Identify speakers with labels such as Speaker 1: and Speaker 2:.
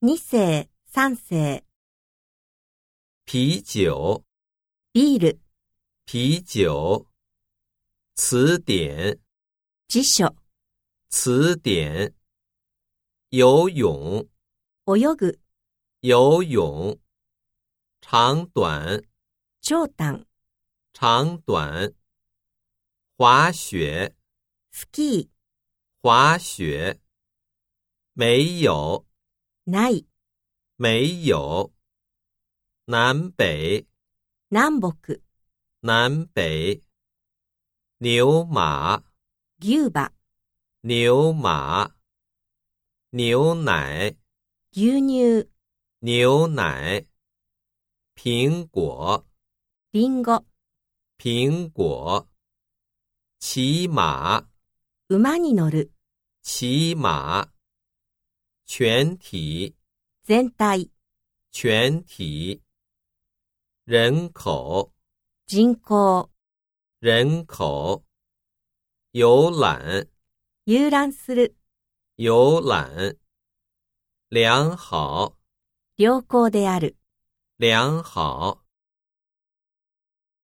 Speaker 1: 二世、三世、
Speaker 2: 啤酒，
Speaker 1: ビール、
Speaker 2: 啤酒。词典，
Speaker 1: 辞書、
Speaker 2: 词典。游泳，
Speaker 1: 泳ぐ、
Speaker 2: 游泳。长短，
Speaker 1: 長短、
Speaker 2: 长短。滑雪，
Speaker 1: スキ
Speaker 2: 滑雪。没有，
Speaker 1: ー、ない、
Speaker 2: 没有。南北，
Speaker 1: 南北、
Speaker 2: 南北。牛马，
Speaker 1: 牛馬、
Speaker 2: 牛马。牛奶，
Speaker 1: 牛乳、
Speaker 2: 牛奶。苹果，
Speaker 1: リンゴ、
Speaker 2: 苹果。骑马，
Speaker 1: 馬に乗る、
Speaker 2: 骑马。全体，
Speaker 1: 全体、
Speaker 2: 全体。人口，
Speaker 1: 人口、
Speaker 2: 人口。游览，
Speaker 1: 遊覧する、
Speaker 2: 游览。良好，
Speaker 1: 良好である。
Speaker 2: 良好。